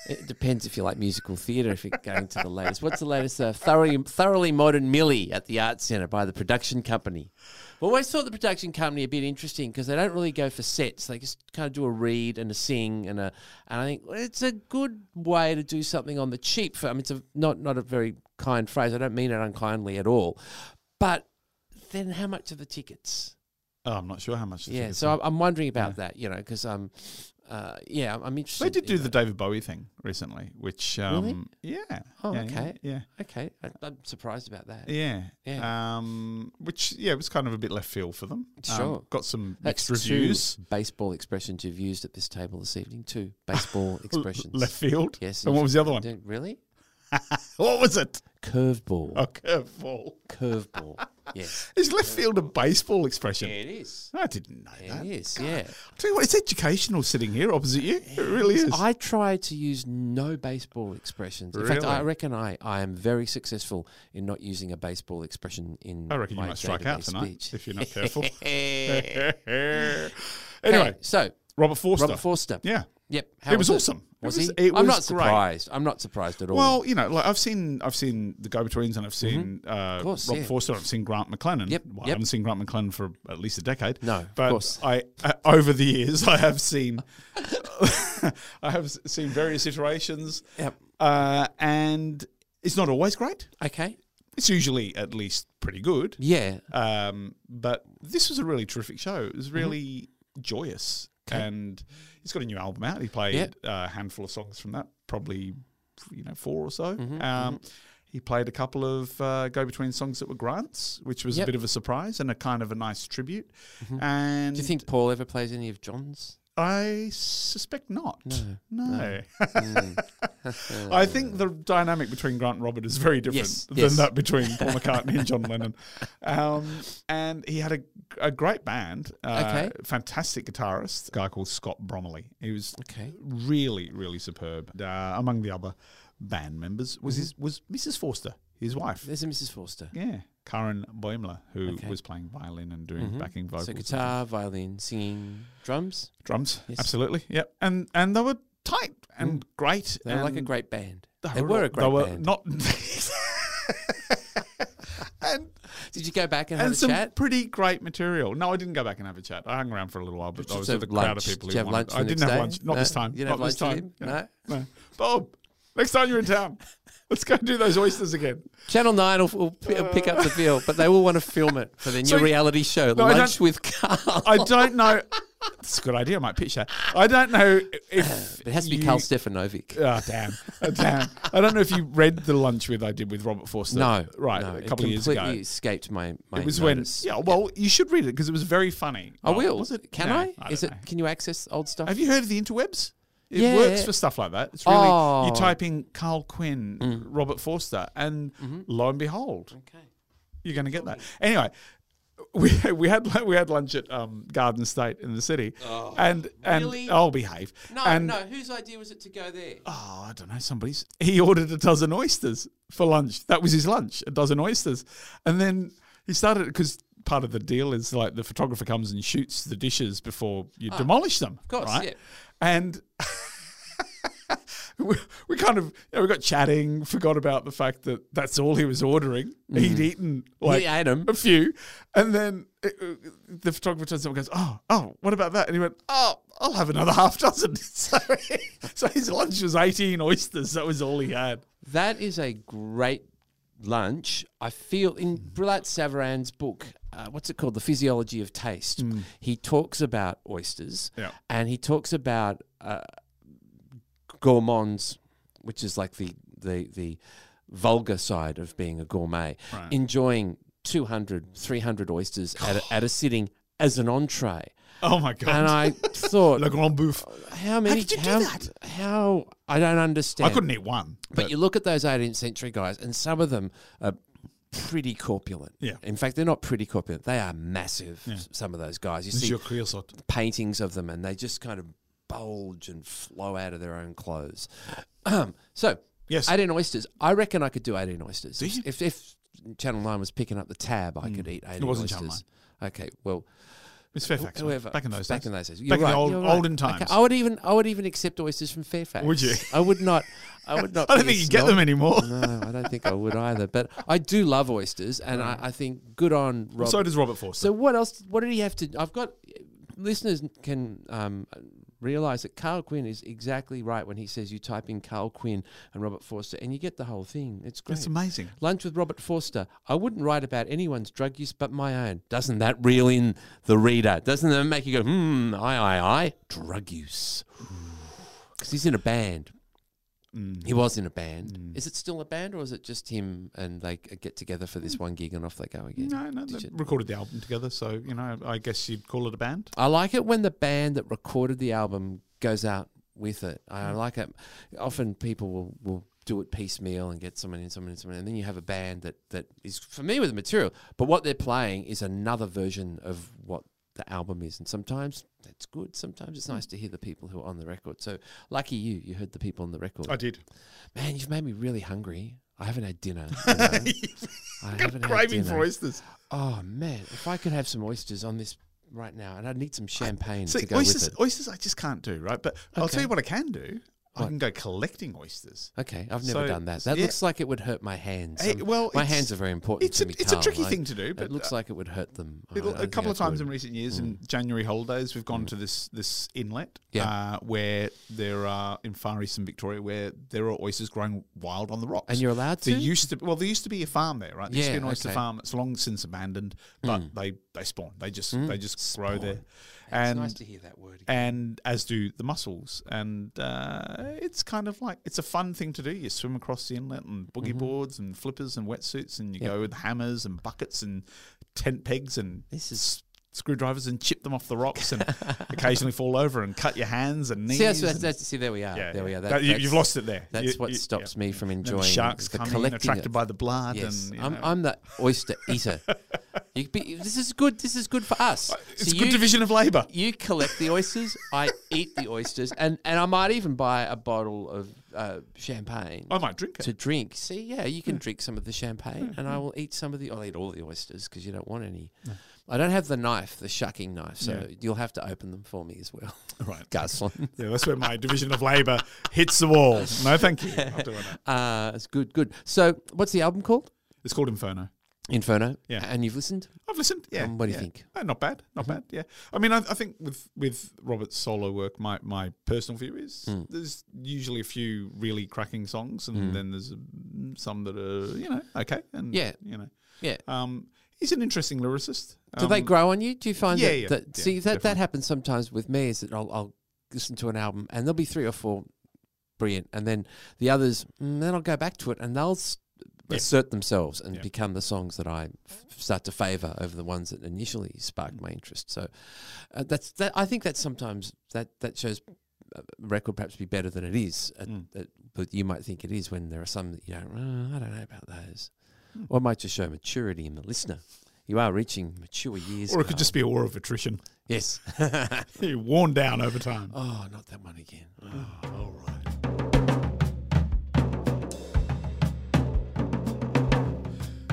[SPEAKER 1] it depends if you like musical theatre. If you're going to the latest, what's the latest? Uh, thoroughly, thoroughly modern Millie at the Art Centre by the production company. Well, I always thought the production company a bit interesting because they don't really go for sets. They just kind of do a read and a sing and a. And I think well, it's a good way to do something on the cheap. For I mean, it's a, not not a very kind phrase. I don't mean it unkindly at all, but then how much are the tickets?
[SPEAKER 2] Oh, I'm not sure how much. the
[SPEAKER 1] Yeah,
[SPEAKER 2] tickets
[SPEAKER 1] so
[SPEAKER 2] were.
[SPEAKER 1] I'm- I'm wondering about that, you know, because I'm, uh, yeah, I'm- I'm interested.
[SPEAKER 2] they did
[SPEAKER 1] in
[SPEAKER 2] do the
[SPEAKER 1] that.
[SPEAKER 2] David Bowie thing recently, which um, yeah.
[SPEAKER 1] Oh,
[SPEAKER 2] yeah,
[SPEAKER 1] okay.
[SPEAKER 2] Yeah.
[SPEAKER 1] Okay, I, I'm surprised about that.
[SPEAKER 2] Yeah.
[SPEAKER 1] Yeah.
[SPEAKER 2] Um, which yeah, it was kind of a bit left field for them. Um,
[SPEAKER 1] Sure.
[SPEAKER 2] got some
[SPEAKER 1] That's
[SPEAKER 2] mixed reviews.
[SPEAKER 1] two baseball expressions you've used at this table this evening. Two baseball
[SPEAKER 2] L-
[SPEAKER 1] expressions.
[SPEAKER 2] Left field.
[SPEAKER 1] Yes.
[SPEAKER 2] And what was the other one?
[SPEAKER 1] Don't- Really?
[SPEAKER 2] What was it?
[SPEAKER 1] Curveball.
[SPEAKER 2] A curveball.
[SPEAKER 1] Curveball. Yes.
[SPEAKER 2] Is left field a baseball expression?
[SPEAKER 1] It is.
[SPEAKER 2] I didn't know that.
[SPEAKER 1] It is. Yeah.
[SPEAKER 2] I tell you what, it's educational sitting here opposite you. It really is.
[SPEAKER 1] I try to use no baseball expressions. In fact,
[SPEAKER 2] Really?
[SPEAKER 1] I reckon I, I am very successful in not using a baseball expression in
[SPEAKER 2] I reckon you
[SPEAKER 1] my
[SPEAKER 2] might strike out
[SPEAKER 1] day-to-day
[SPEAKER 2] tonight
[SPEAKER 1] speech.
[SPEAKER 2] if you're not careful.
[SPEAKER 1] anyway,
[SPEAKER 2] anyway,
[SPEAKER 1] so
[SPEAKER 2] Robert Forster.
[SPEAKER 1] Robert Forster.
[SPEAKER 2] Yeah.
[SPEAKER 1] Yep. How
[SPEAKER 2] It was awesome. It
[SPEAKER 1] Was,
[SPEAKER 2] was-
[SPEAKER 1] he?
[SPEAKER 2] it
[SPEAKER 1] I'm
[SPEAKER 2] was
[SPEAKER 1] not
[SPEAKER 2] great.
[SPEAKER 1] surprised. I'm not surprised at all.
[SPEAKER 2] Well, you know, like I've seen, I've seen the Go Betweens, and I've seen uh,
[SPEAKER 1] Mm-hmm. course,
[SPEAKER 2] Rob
[SPEAKER 1] yeah.
[SPEAKER 2] Forster. I've seen Grant McLennan.
[SPEAKER 1] Yep,
[SPEAKER 2] Well, I
[SPEAKER 1] yep.
[SPEAKER 2] haven't seen Grant McLennan for at least a decade.
[SPEAKER 1] No, of
[SPEAKER 2] but
[SPEAKER 1] course.
[SPEAKER 2] I uh, over the years I have seen, I have s- seen various iterations.
[SPEAKER 1] Yep.
[SPEAKER 2] Uh, and it's not always great.
[SPEAKER 1] okay.
[SPEAKER 2] It's usually at least pretty good.
[SPEAKER 1] Yeah.
[SPEAKER 2] Um, but this was a really terrific show. It was really joyous, and he's got a new album out. He played a handful of songs from that, probably you know four or so. um, He played a couple of uh, go-between songs that were Grant's, which was
[SPEAKER 1] Yep.
[SPEAKER 2] a bit of a surprise and a kind of a nice tribute. And
[SPEAKER 1] Do you think Paul ever plays any of John's?
[SPEAKER 2] I suspect not. No. I think the dynamic between Grant and Robert is very different
[SPEAKER 1] Yes,
[SPEAKER 2] than
[SPEAKER 1] yes.
[SPEAKER 2] that between Paul McCartney and John Lennon. Um, and he had a, a great band, uh,
[SPEAKER 1] Okay.
[SPEAKER 2] fantastic guitarist, a guy called Scott Bromley. He was
[SPEAKER 1] Okay.
[SPEAKER 2] really, really superb. And, Uh, among the other band members
[SPEAKER 1] Mm-hmm.
[SPEAKER 2] was his, was Mrs. Forster, his wife.
[SPEAKER 1] There's a Mrs. Forster.
[SPEAKER 2] Yeah. Karen Boimler, who
[SPEAKER 1] Okay. Mm-hmm.
[SPEAKER 2] was playing violin and doing backing vocals.
[SPEAKER 1] So
[SPEAKER 2] and
[SPEAKER 1] guitar, violin, singing, drums.
[SPEAKER 2] drums
[SPEAKER 1] Yes. Mm.
[SPEAKER 2] absolutely yep and and they were tight and great
[SPEAKER 1] They were like a
[SPEAKER 2] and
[SPEAKER 1] great band.
[SPEAKER 2] they
[SPEAKER 1] They were a great
[SPEAKER 2] they were
[SPEAKER 1] band.
[SPEAKER 2] not and
[SPEAKER 1] Did you go back and,
[SPEAKER 2] and
[SPEAKER 1] have a
[SPEAKER 2] some
[SPEAKER 1] chat?
[SPEAKER 2] pretty great material no i didn't go back and have a chat i hung around for a little while but i was
[SPEAKER 1] So
[SPEAKER 2] with a crowd
[SPEAKER 1] lunch.
[SPEAKER 2] of people
[SPEAKER 1] Did
[SPEAKER 2] who
[SPEAKER 1] you have
[SPEAKER 2] wanted-
[SPEAKER 1] lunch? the
[SPEAKER 2] i didn't
[SPEAKER 1] next
[SPEAKER 2] have
[SPEAKER 1] day?
[SPEAKER 2] lunch not
[SPEAKER 1] No?
[SPEAKER 2] this time
[SPEAKER 1] You didn't
[SPEAKER 2] not
[SPEAKER 1] have lunch
[SPEAKER 2] this time
[SPEAKER 1] with him?
[SPEAKER 2] Yeah.
[SPEAKER 1] No?
[SPEAKER 2] no bob next time you're in town let's go do those oysters again
[SPEAKER 1] Channel 9 will, will p- pick up the bill, but they will want to film it for their new
[SPEAKER 2] Uh, So-
[SPEAKER 1] reality show,
[SPEAKER 2] No, I
[SPEAKER 1] Lunch
[SPEAKER 2] don't-
[SPEAKER 1] with Carl.
[SPEAKER 2] i don't know it's a good idea i might pitch that i don't know if
[SPEAKER 1] it has to be
[SPEAKER 2] you-
[SPEAKER 1] Carl Stefanovic.
[SPEAKER 2] Ah, damn. Ah, damn. I don't know if you read the lunch with I did with Robert Forster.
[SPEAKER 1] no.
[SPEAKER 2] Right,
[SPEAKER 1] No,
[SPEAKER 2] a
[SPEAKER 1] it
[SPEAKER 2] couple of years ago.
[SPEAKER 1] completely escaped my, my
[SPEAKER 2] It was
[SPEAKER 1] notice.
[SPEAKER 2] when. Yeah, well, you should read it because it was very funny.
[SPEAKER 1] I
[SPEAKER 2] Well,
[SPEAKER 1] will.
[SPEAKER 2] Was it?
[SPEAKER 1] Can
[SPEAKER 2] No,
[SPEAKER 1] I?
[SPEAKER 2] I
[SPEAKER 1] Is
[SPEAKER 2] don't
[SPEAKER 1] it?
[SPEAKER 2] know.
[SPEAKER 1] Can you access old stuff?
[SPEAKER 2] Have you heard of the interwebs? It
[SPEAKER 1] Yeah.
[SPEAKER 2] works for stuff like that. It's really
[SPEAKER 1] Oh. Mm.
[SPEAKER 2] you type in Carl Quinn, Robert Forster, and lo and behold,
[SPEAKER 1] Mm-hmm. Okay.
[SPEAKER 2] you're going to get that. Anyway, we we had we had lunch at um, Garden State in the city, and and
[SPEAKER 1] Oh, really?
[SPEAKER 2] I'll behave.
[SPEAKER 1] No,
[SPEAKER 2] and,
[SPEAKER 1] no. Whose idea was it to go there?
[SPEAKER 2] oh, I don't know, somebody's. He ordered a dozen oysters for lunch. That was his lunch, a dozen oysters. And then he started, because part of the deal is like the photographer comes and shoots the dishes before you demolish them. Of
[SPEAKER 1] Ah. course,
[SPEAKER 2] right?
[SPEAKER 1] yeah.
[SPEAKER 2] And. We, we kind of you know, we got chatting, forgot about the fact that that's all he was ordering. He'd eaten like
[SPEAKER 1] Mm. He ate 'em.
[SPEAKER 2] a few, and then it, uh, the photographer turns up and goes, "Oh, oh, what about that?" And he went, "Oh, I'll have another half dozen." So, so his lunch was eighteen oysters. That was all he had.
[SPEAKER 1] That is a great lunch. I feel in
[SPEAKER 2] Mm.
[SPEAKER 1] Brillat Savarin's book, uh, what's it called? The Physiology of Taste. He talks about oysters
[SPEAKER 2] Mm. Yeah.
[SPEAKER 1] and he talks about uh, gourmands, which is like the, the, the vulgar side of being a gourmet, enjoying 200, 300 oysters at a, at a sitting as an entree.
[SPEAKER 2] Oh my god!
[SPEAKER 1] And I thought,
[SPEAKER 2] Le Grand Bouffe.
[SPEAKER 1] how many?
[SPEAKER 2] did you do
[SPEAKER 1] how,
[SPEAKER 2] that?
[SPEAKER 1] how? I don't understand.
[SPEAKER 2] I couldn't eat one,
[SPEAKER 1] But you look at those 18th century guys, and some of them are pretty corpulent.
[SPEAKER 2] Yeah.
[SPEAKER 1] In fact, they're not pretty corpulent; they are massive. s- Some of those guys, you see paintings of them, and they just kind of bulge and flow out of their own clothes. so,
[SPEAKER 2] Yes.
[SPEAKER 1] 18 oysters. I reckon I could do 18 oysters. If, if Channel Nine was picking up the tab, I could eat 18
[SPEAKER 2] Hmm. wasn't Channel
[SPEAKER 1] oysters. Okay, well,
[SPEAKER 2] Miss Fairfax. right?
[SPEAKER 1] whoever
[SPEAKER 2] back in those days.
[SPEAKER 1] back in those days,
[SPEAKER 2] Back
[SPEAKER 1] You're
[SPEAKER 2] in
[SPEAKER 1] right,
[SPEAKER 2] the old,
[SPEAKER 1] you're right.
[SPEAKER 2] olden
[SPEAKER 1] Okay,
[SPEAKER 2] times.
[SPEAKER 1] I would even, I would even accept oysters from Fairfax.
[SPEAKER 2] Would you?
[SPEAKER 1] I would not. I would not.
[SPEAKER 2] I don't
[SPEAKER 1] be a
[SPEAKER 2] think you get
[SPEAKER 1] snob.
[SPEAKER 2] them anymore.
[SPEAKER 1] No, I don't think I would either. But I do love oysters, and I, I think good on Rob.
[SPEAKER 2] So does Robert Forster.
[SPEAKER 1] So what else? What did he have to? I've got listeners can um, realize that Carl Quinn is exactly right when he says you type in Carl Quinn and Robert Forster, and you get the whole thing. It's great.
[SPEAKER 2] That's amazing.
[SPEAKER 1] Lunch with Robert Forster. I wouldn't write about anyone's drug use but my own. Doesn't that reel in the reader? Doesn't that make you go, hmm, I, I, I, drug use? Because he's in a band. He was in a band. Is it still a band, or is it just him and they g- get together for this one gig and off they go again?
[SPEAKER 2] No, no,
[SPEAKER 1] Did
[SPEAKER 2] they
[SPEAKER 1] you-
[SPEAKER 2] recorded the album together, so you know, I guess you'd call it a band.
[SPEAKER 1] I like it when the band that recorded the album goes out with it. I
[SPEAKER 2] Mm.
[SPEAKER 1] like it. Often people will, will do it piecemeal and get someone in, someone in, someone in. And then you have a band that, that is familiar with the material, but what they're playing is another version of what the album is. And sometimes that's good. Sometimes
[SPEAKER 2] Mm.
[SPEAKER 1] it's nice to hear the people who are on the record. So lucky you, you heard the people on the record.
[SPEAKER 2] did.
[SPEAKER 1] Man, you've made me really hungry. I haven't had dinner. you know. I haven't had
[SPEAKER 2] Craving for
[SPEAKER 1] dinner.
[SPEAKER 2] oysters.
[SPEAKER 1] Oh man, if I could have some oysters on this right now, and I'd need some champagne
[SPEAKER 2] See,
[SPEAKER 1] to go
[SPEAKER 2] oysters,
[SPEAKER 1] with it.
[SPEAKER 2] oysters, I just can't do right. But
[SPEAKER 1] Okay.
[SPEAKER 2] I'll
[SPEAKER 1] Oh,
[SPEAKER 2] tell you what I can do. I can go collecting oysters.
[SPEAKER 1] Okay, I've never
[SPEAKER 2] So,
[SPEAKER 1] done that. That
[SPEAKER 2] yeah.
[SPEAKER 1] looks like it would hurt my hands.
[SPEAKER 2] Hey,
[SPEAKER 1] Um,
[SPEAKER 2] well,
[SPEAKER 1] my
[SPEAKER 2] it's-
[SPEAKER 1] hands are very important
[SPEAKER 2] it's
[SPEAKER 1] to
[SPEAKER 2] a-
[SPEAKER 1] me.
[SPEAKER 2] it's a
[SPEAKER 1] Carl,
[SPEAKER 2] tricky
[SPEAKER 1] I-
[SPEAKER 2] thing to do,
[SPEAKER 1] it
[SPEAKER 2] but,
[SPEAKER 1] looks
[SPEAKER 2] uh,
[SPEAKER 1] like it would hurt them. I- I
[SPEAKER 2] It-
[SPEAKER 1] don't
[SPEAKER 2] a
[SPEAKER 1] think
[SPEAKER 2] couple
[SPEAKER 1] I
[SPEAKER 2] of times
[SPEAKER 1] could.
[SPEAKER 2] in recent years, in January holidays, we've gone to this this inlet
[SPEAKER 1] Mm. Yeah.
[SPEAKER 2] uh, where there are in Far Eastern Victoria where there are oysters growing wild on the rocks.
[SPEAKER 1] And you're allowed
[SPEAKER 2] There
[SPEAKER 1] to?
[SPEAKER 2] used to well, there used to be a farm there, right? There used to be
[SPEAKER 1] Yeah,
[SPEAKER 2] an oyster
[SPEAKER 1] okay. Mm.
[SPEAKER 2] farm. It's long since abandoned, but they they spawn. They just they just grow there. And
[SPEAKER 1] nice to hear that word again.
[SPEAKER 2] and as do the mussels. And uh, it's kind of like it's a fun thing to do. You swim across the inlet and boogie
[SPEAKER 1] Mm-hmm.
[SPEAKER 2] boards and flippers and wetsuits, and you go with hammers and buckets and tent pegs and
[SPEAKER 1] This is
[SPEAKER 2] s- screwdrivers and chip them off the rocks and occasionally fall over and cut your hands and knees.
[SPEAKER 1] See, that's, that's,
[SPEAKER 2] and-
[SPEAKER 1] that's- see, there we are.
[SPEAKER 2] Yeah,
[SPEAKER 1] there we
[SPEAKER 2] yeah.
[SPEAKER 1] are.
[SPEAKER 2] That- you-
[SPEAKER 1] that's-
[SPEAKER 2] you've lost it there.
[SPEAKER 1] That's
[SPEAKER 2] You-
[SPEAKER 1] what
[SPEAKER 2] you-
[SPEAKER 1] stops
[SPEAKER 2] yeah.
[SPEAKER 1] me from
[SPEAKER 2] and the
[SPEAKER 1] enjoying
[SPEAKER 2] sharks
[SPEAKER 1] the
[SPEAKER 2] coming in,
[SPEAKER 1] collecting
[SPEAKER 2] attracted
[SPEAKER 1] of-
[SPEAKER 2] by the blood.
[SPEAKER 1] Yes,
[SPEAKER 2] and, you
[SPEAKER 1] I'm,
[SPEAKER 2] know.
[SPEAKER 1] I'm the oyster eater. You be, this is good. This is good for us.
[SPEAKER 2] Uh, it's
[SPEAKER 1] So
[SPEAKER 2] good
[SPEAKER 1] you-
[SPEAKER 2] division of labor.
[SPEAKER 1] You collect the oysters. I eat the oysters, and and I might even buy a bottle of uh, champagne
[SPEAKER 2] I might drink it.
[SPEAKER 1] to drink. See, yeah, you can drink some of the champagne, and I will eat some of the. I'll eat all the oysters because you don't want any. I don't have the knife, the shucking knife, so you'll have to open them for me as well.
[SPEAKER 2] Right.
[SPEAKER 1] Garslon.
[SPEAKER 2] Yeah, that's where my division of labor hits the wall. No, thank you. I'm not doing that.
[SPEAKER 1] Uh, it's good, good. So, what's the album called?
[SPEAKER 2] It's called Inferno.
[SPEAKER 1] Inferno.
[SPEAKER 2] Yeah.
[SPEAKER 1] And you've listened?
[SPEAKER 2] I've listened. Yeah.
[SPEAKER 1] Um, what do you
[SPEAKER 2] yeah.
[SPEAKER 1] think? Mm-hmm.
[SPEAKER 2] No, not bad. Not bad. Yeah. I mean, I, I think with with Robert's solo work, my my personal view is
[SPEAKER 1] Hmm.
[SPEAKER 2] there's usually a few really cracking songs, and then there's um, some that are you know okay, and
[SPEAKER 1] Yeah.
[SPEAKER 2] you know,
[SPEAKER 1] Yeah.
[SPEAKER 2] um, he's an interesting lyricist.
[SPEAKER 1] Do they
[SPEAKER 2] Um,
[SPEAKER 1] grow on you? Do you find
[SPEAKER 2] yeah,
[SPEAKER 1] that,
[SPEAKER 2] yeah,
[SPEAKER 1] that
[SPEAKER 2] yeah,
[SPEAKER 1] see that that
[SPEAKER 2] definitely.
[SPEAKER 1] happens sometimes with me is that I'll, I'll listen to an album and there'll be three or four brilliant, and then the others, mm, then I'll go back to it and they'll s- assert themselves and
[SPEAKER 2] Yeah.
[SPEAKER 1] become the songs that I f- start to favour over the ones that initially sparked my interest. So uh, that's that. I think that sometimes that that shows a record perhaps be better than it is, uh, uh, but you might think it is when there are some that you don't. "Oh, I don't know about those, or it might just show maturity in the listener. You are reaching mature years.
[SPEAKER 2] Or it could
[SPEAKER 1] Carl.
[SPEAKER 2] just be a war of attrition.
[SPEAKER 1] yes.
[SPEAKER 2] You're worn down over time.
[SPEAKER 1] oh, not that one again. Oh.
[SPEAKER 2] All right.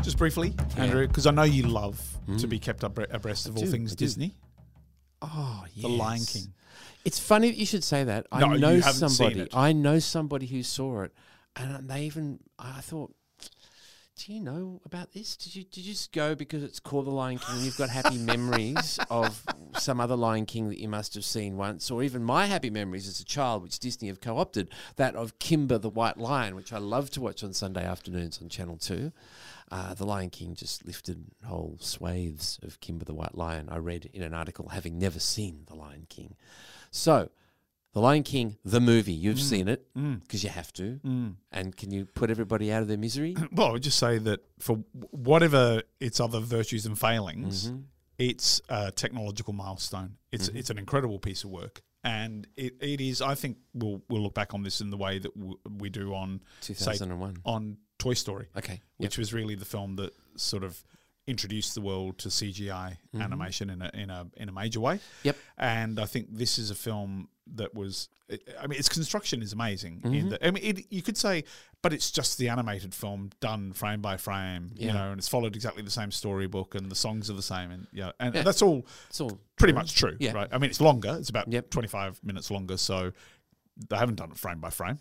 [SPEAKER 2] Just briefly, Andrew, because I know you love to be kept up abreast of all
[SPEAKER 1] do,
[SPEAKER 2] things
[SPEAKER 1] Hmm. I do.
[SPEAKER 2] Disney.
[SPEAKER 1] Oh, yes.
[SPEAKER 2] The Lion King.
[SPEAKER 1] It's funny that you should say that.
[SPEAKER 2] No,
[SPEAKER 1] I
[SPEAKER 2] you
[SPEAKER 1] know
[SPEAKER 2] haven't seen
[SPEAKER 1] somebody.
[SPEAKER 2] it.
[SPEAKER 1] I know somebody who saw it, and they even. I thought, do you know about this? Did you did you just go because it's called the Lion King? and You've got happy memories of some other Lion King that you must have seen once, or even my happy memories as a child, which Disney have co-opted, that of Kimber the White Lion, which I love to watch on Sunday afternoons on Channel Two. Uh, the Lion King just lifted whole swathes of Kimber the White Lion. I read in an article having never seen The Lion King. So, The Lion King, the movie, you've
[SPEAKER 2] Mm.
[SPEAKER 1] seen it because you have to. And can you put everybody out of their misery?
[SPEAKER 2] Well, I would just say that for wh- whatever its other virtues and failings, it's a technological milestone. It's it's an incredible piece of work, and it, it is. I think we'll we'll look back on this in the way that w- we do on say,
[SPEAKER 1] 2001.
[SPEAKER 2] on Toy Story,
[SPEAKER 1] Okay.
[SPEAKER 2] which was really the film that sort of introduced the world to CGI animation in a in a in a major way.
[SPEAKER 1] Mm-hmm. Yep.
[SPEAKER 2] And I think this is a film that was. I mean, its construction is amazing. In
[SPEAKER 1] Mm-hmm.
[SPEAKER 2] that, I mean, it, you could say, but it's just the animated film done frame by frame, you
[SPEAKER 1] Yeah.
[SPEAKER 2] know, and it's followed exactly the same storybook, and the songs are the same, and yeah, and
[SPEAKER 1] Yeah.
[SPEAKER 2] that's all
[SPEAKER 1] It's all
[SPEAKER 2] pretty much true,
[SPEAKER 1] Yeah.
[SPEAKER 2] right? I mean, it's longer. It's about
[SPEAKER 1] Yep.
[SPEAKER 2] 25 minutes longer, so they haven't done it frame by frame,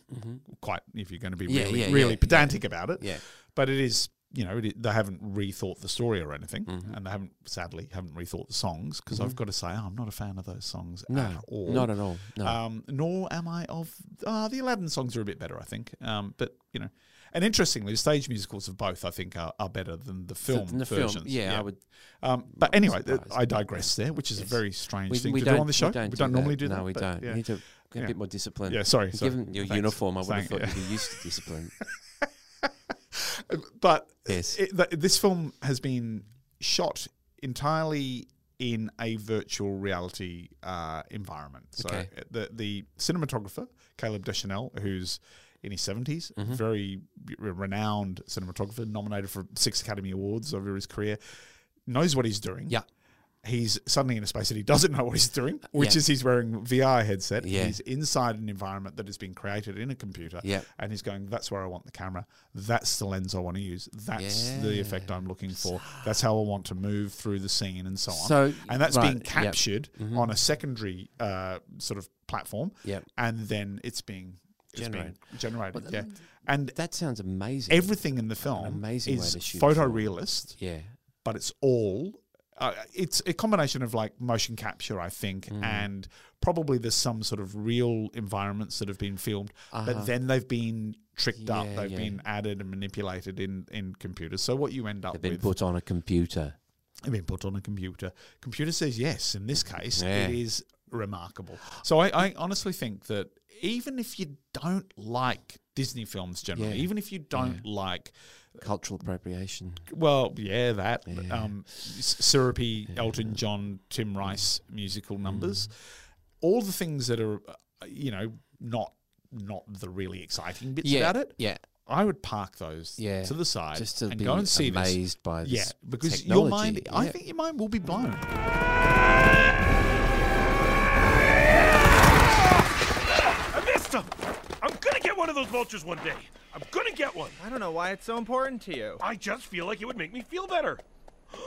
[SPEAKER 2] quite. If you're going to be
[SPEAKER 1] Mm-hmm. Yeah,
[SPEAKER 2] really,
[SPEAKER 1] yeah,
[SPEAKER 2] really
[SPEAKER 1] yeah,
[SPEAKER 2] pedantic about it,
[SPEAKER 1] Yeah.
[SPEAKER 2] But it is, you know, it, i- they haven't rethought the story or anything,
[SPEAKER 1] Mm-hmm.
[SPEAKER 2] and they haven't, sadly, haven't rethought the songs because I've got to say, I'm not a fan of those songs
[SPEAKER 1] No,
[SPEAKER 2] at all.
[SPEAKER 1] not at all. No.
[SPEAKER 2] Um, nor am I of uh, the Aladdin songs are a bit better, I think. Um, but you know, and interestingly, the stage musicals of both I think are, are better than the film
[SPEAKER 1] in the film,
[SPEAKER 2] versions.
[SPEAKER 1] yeah, I would.
[SPEAKER 2] Um, but anyway, th-
[SPEAKER 1] surprised.
[SPEAKER 2] I digress there, which is a very strange thing to do
[SPEAKER 1] don't-
[SPEAKER 2] on the show. We don't, normally do
[SPEAKER 1] no,
[SPEAKER 2] that.
[SPEAKER 1] we
[SPEAKER 2] but
[SPEAKER 1] don't.
[SPEAKER 2] yeah.
[SPEAKER 1] We need to get
[SPEAKER 2] Yeah.
[SPEAKER 1] a bit more discipline.
[SPEAKER 2] Yeah, sorry, sorry.
[SPEAKER 1] Given your
[SPEAKER 2] Thanks.
[SPEAKER 1] uniform, I would have
[SPEAKER 2] Thank-
[SPEAKER 1] thought
[SPEAKER 2] yeah.
[SPEAKER 1] you'd be used to discipline.
[SPEAKER 2] But
[SPEAKER 1] Yes.
[SPEAKER 2] it, th- this film has been shot entirely in a virtual reality uh, environment. So
[SPEAKER 1] Okay.
[SPEAKER 2] uh, the the cinematographer Caleb Deschanel, who's in his 70s
[SPEAKER 1] Mm-hmm.
[SPEAKER 2] very re- renowned cinematographer, nominated for six Academy Awards over his career, knows what he's doing.
[SPEAKER 1] Yeah. Uh,
[SPEAKER 2] He's suddenly in a space that he doesn't know what he's doing, which
[SPEAKER 1] Yeah.
[SPEAKER 2] is he's wearing VR headset.
[SPEAKER 1] Yeah.
[SPEAKER 2] He's inside an environment that has been created in a computer.
[SPEAKER 1] Yeah.
[SPEAKER 2] And he's going, that's where I want the camera. That's the lens I want to use. That's the
[SPEAKER 1] Yeah.
[SPEAKER 2] effect I'm looking for. That's how I want to move through the scene and so on.
[SPEAKER 1] So,
[SPEAKER 2] and that's being
[SPEAKER 1] right, yep. Mm-hmm.
[SPEAKER 2] captured on a secondary uh, sort of platform.
[SPEAKER 1] Yep.
[SPEAKER 2] And then it's being, it's being generated. yeah. And
[SPEAKER 1] That sounds amazing.
[SPEAKER 2] everything in the film
[SPEAKER 1] amazing way
[SPEAKER 2] is
[SPEAKER 1] to shoot
[SPEAKER 2] photorealist
[SPEAKER 1] yeah.
[SPEAKER 2] but it's all uh, it's a combination of like motion capture, I think,
[SPEAKER 1] Mm.
[SPEAKER 2] and probably there's some sort of real environments that have been filmed, but then they've been tricked up,
[SPEAKER 1] Uh-huh. Yeah,
[SPEAKER 2] they've
[SPEAKER 1] yeah.
[SPEAKER 2] been added and manipulated in in computers. So what you end up
[SPEAKER 1] They've been
[SPEAKER 2] with,
[SPEAKER 1] put on a computer.
[SPEAKER 2] they've been put on a computer. Computer says yes. In this case,
[SPEAKER 1] Yeah.
[SPEAKER 2] it is remarkable. So I, I honestly think that even if you don't like Disney films generally,
[SPEAKER 1] Yeah.
[SPEAKER 2] even if you don't like,
[SPEAKER 1] Cultural appropriation.
[SPEAKER 2] well, yeah, that but, um, s- syrupy Elton John, Tim Rice musical
[SPEAKER 1] Mm.
[SPEAKER 2] numbers, all the things that are, uh, you know, not not the really exciting bits
[SPEAKER 1] Yeah,
[SPEAKER 2] about it.
[SPEAKER 1] yeah.
[SPEAKER 2] I would park those
[SPEAKER 1] Yeah,
[SPEAKER 2] to the side
[SPEAKER 1] just to
[SPEAKER 2] and
[SPEAKER 1] be
[SPEAKER 2] go and see this.
[SPEAKER 1] amazed by this
[SPEAKER 2] Yeah, because your
[SPEAKER 1] technology,
[SPEAKER 2] mind, I
[SPEAKER 1] yeah.
[SPEAKER 2] think your mind will be blown.
[SPEAKER 6] I missed him! I'm gonna get one of those vultures one day. I'm gonna get one.
[SPEAKER 7] I don't know why it's so important to you.
[SPEAKER 6] I just feel like it would make me feel better.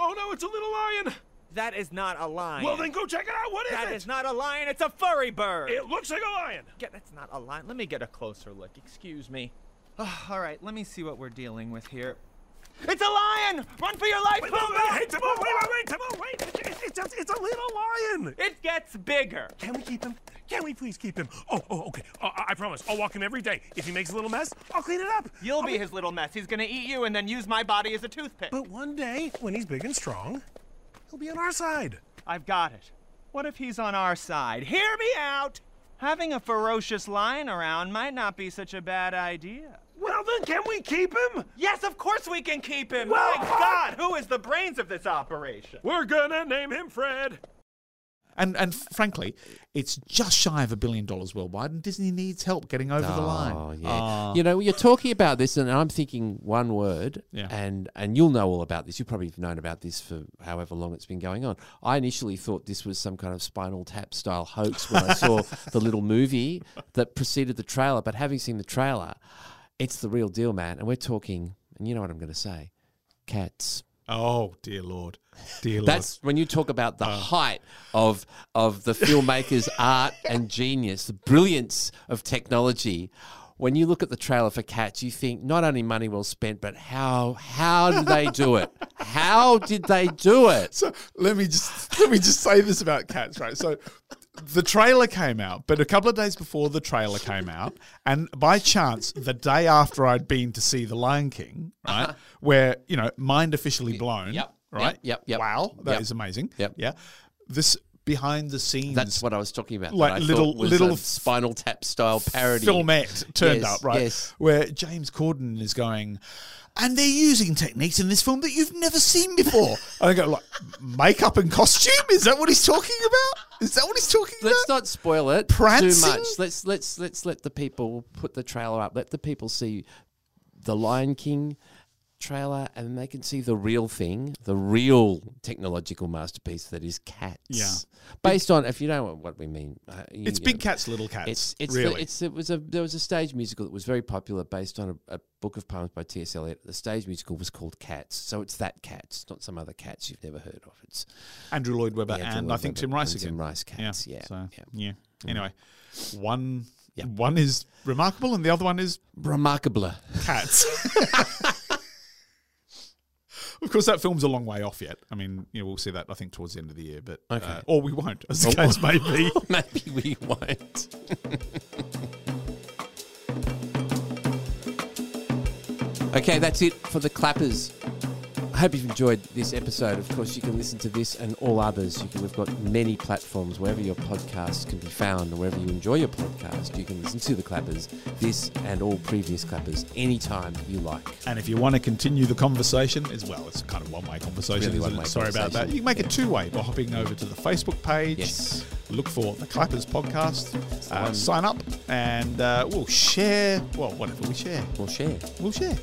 [SPEAKER 6] Oh no, it's a little lion.
[SPEAKER 7] That is not a lion.
[SPEAKER 6] Well, then go check it out. What is
[SPEAKER 7] that
[SPEAKER 6] it?
[SPEAKER 7] is not a lion. It's a furry bird.
[SPEAKER 6] It looks like a lion.
[SPEAKER 7] Get, that's not a lion. Let me get a closer look. Excuse me. Ah, all right, let me see what we're dealing with here. It's a lion! Run for your life,
[SPEAKER 6] Wait, wait,
[SPEAKER 7] Pumbaa!
[SPEAKER 6] wait, Timon, wait, wait, wait, Timon, wait. It's, it's, it's, just- it's a little lion.
[SPEAKER 7] It gets bigger.
[SPEAKER 6] Can we keep him? Can we please keep him? Oh, oh, okay. Uh, I I promise. I'll walk him every day. If he makes a little mess, I'll clean it up.
[SPEAKER 7] You'll be his little mess. He's gonna eat you and then use my body as a toothpick.
[SPEAKER 6] But one day, when he's big and strong, he'll be on our side.
[SPEAKER 7] I've got it. What if he's on our side? Hear me out! Having a ferocious lion around might not be such a bad idea.
[SPEAKER 6] Well, then, can we keep him?
[SPEAKER 7] Yes, of course we can keep him!
[SPEAKER 6] Well,
[SPEAKER 7] my
[SPEAKER 6] fuck!
[SPEAKER 7] god, who is the brains of this operation?
[SPEAKER 6] We're gonna name him Fred.
[SPEAKER 2] And and frankly, it's just shy of a billion dollars worldwide, and Disney needs help getting over the
[SPEAKER 1] Oh
[SPEAKER 2] line. Ah.
[SPEAKER 1] yeah. You know, you're talking about this, and I'm thinking one word,
[SPEAKER 2] Yeah.
[SPEAKER 1] and and you'll know all about this. You probably have known about this for however long it's been going on. I initially thought this was some kind of Spinal Tap style hoax when I saw the little movie that preceded the trailer. But having seen the trailer, it's the real deal, man. And we're talking, and you know what I'm going to say, cats.
[SPEAKER 2] Oh dear lord, dear lord.
[SPEAKER 1] That's when you talk about the
[SPEAKER 2] Uh.
[SPEAKER 1] height of of the filmmaker's art and genius, the brilliance of technology. When you look at the trailer for Cats, you think not only money well spent, but how how did they do it? How did they do it?
[SPEAKER 2] So let me just let me just say this about cats, right? So the trailer came out, but a couple of days before the trailer came out, and by chance, the day after I'd been to see The Lion King, right, where you know mind officially blown,
[SPEAKER 1] Uh-huh. yep,
[SPEAKER 2] right,
[SPEAKER 1] yep, yep, yep.
[SPEAKER 2] wow, that is
[SPEAKER 1] Yep.
[SPEAKER 2] amazing,
[SPEAKER 1] Yep.
[SPEAKER 2] yeah. This behind the scenes,
[SPEAKER 1] That's what I was talking about. that
[SPEAKER 2] Like
[SPEAKER 1] I
[SPEAKER 2] little-
[SPEAKER 1] thought was
[SPEAKER 2] little
[SPEAKER 1] a Spinal Tap style parody.
[SPEAKER 2] filmette turned
[SPEAKER 1] Yes,
[SPEAKER 2] up, right?
[SPEAKER 1] yes.
[SPEAKER 2] Where James Corden is going, and they're using techniques in this film that you've never seen before. and I go, like, makeup and costume? Is that what he's talking about? Is that what he's talking
[SPEAKER 1] Let's
[SPEAKER 2] about?
[SPEAKER 1] not spoil it too
[SPEAKER 2] Prancing?
[SPEAKER 1] much. Let's let's let's let the people put the trailer up. Let the people see the Lion King trailer, and they can see the real thing, the real technological masterpiece that is Cats.
[SPEAKER 2] Yeah.
[SPEAKER 1] Based on, if you know what we mean, uh, you
[SPEAKER 2] it's
[SPEAKER 1] know,
[SPEAKER 2] big cats, little cats.
[SPEAKER 1] It's it's the-
[SPEAKER 2] really.
[SPEAKER 1] it's it was a there was a stage musical that was very popular based on a, a book of poems by T. S. Eliot. The stage musical was called Cats, so it's that Cats, not some other Cats you've never heard of. It's
[SPEAKER 2] Andrew Lloyd Webber
[SPEAKER 1] Yeah, Andrew
[SPEAKER 2] and I
[SPEAKER 1] Lloyd
[SPEAKER 2] think
[SPEAKER 1] Webber
[SPEAKER 2] Tim Rice
[SPEAKER 1] and
[SPEAKER 2] again.
[SPEAKER 1] Tim Rice cats, yeah,
[SPEAKER 2] So,
[SPEAKER 1] yeah. Mm.
[SPEAKER 2] yeah. Anyway, one
[SPEAKER 1] Yeah.
[SPEAKER 2] one is remarkable, and the other one is
[SPEAKER 1] remarkable.
[SPEAKER 2] cats. of course, that film's a long way off yet. I mean, you know, we'll see that I think towards the end of the year, but uh,
[SPEAKER 1] Okay. Oh,
[SPEAKER 2] or we won't, as the case may be.
[SPEAKER 1] Maybe we won't. okay, that's it for the clappers. I hope you've enjoyed this episode. Of course, you can listen to this and all others. You can, we've got many platforms wherever your podcasts can be found, or wherever you enjoy your podcast. You can listen to the clappers, this and all previous clappers, anytime you like.
[SPEAKER 2] And if you want to continue the conversation as well, it's kind of one-way conversation.
[SPEAKER 1] Really
[SPEAKER 2] isn't
[SPEAKER 1] one-way
[SPEAKER 2] it? Sorry about that.
[SPEAKER 1] conversation.
[SPEAKER 2] You can make it two-way by hopping over to the Facebook page.
[SPEAKER 1] Yes.
[SPEAKER 2] Look for the Clappers podcast. Uh, sign up, and uh, we'll share. Well, whatever we share,
[SPEAKER 1] We'll share.
[SPEAKER 2] we'll share.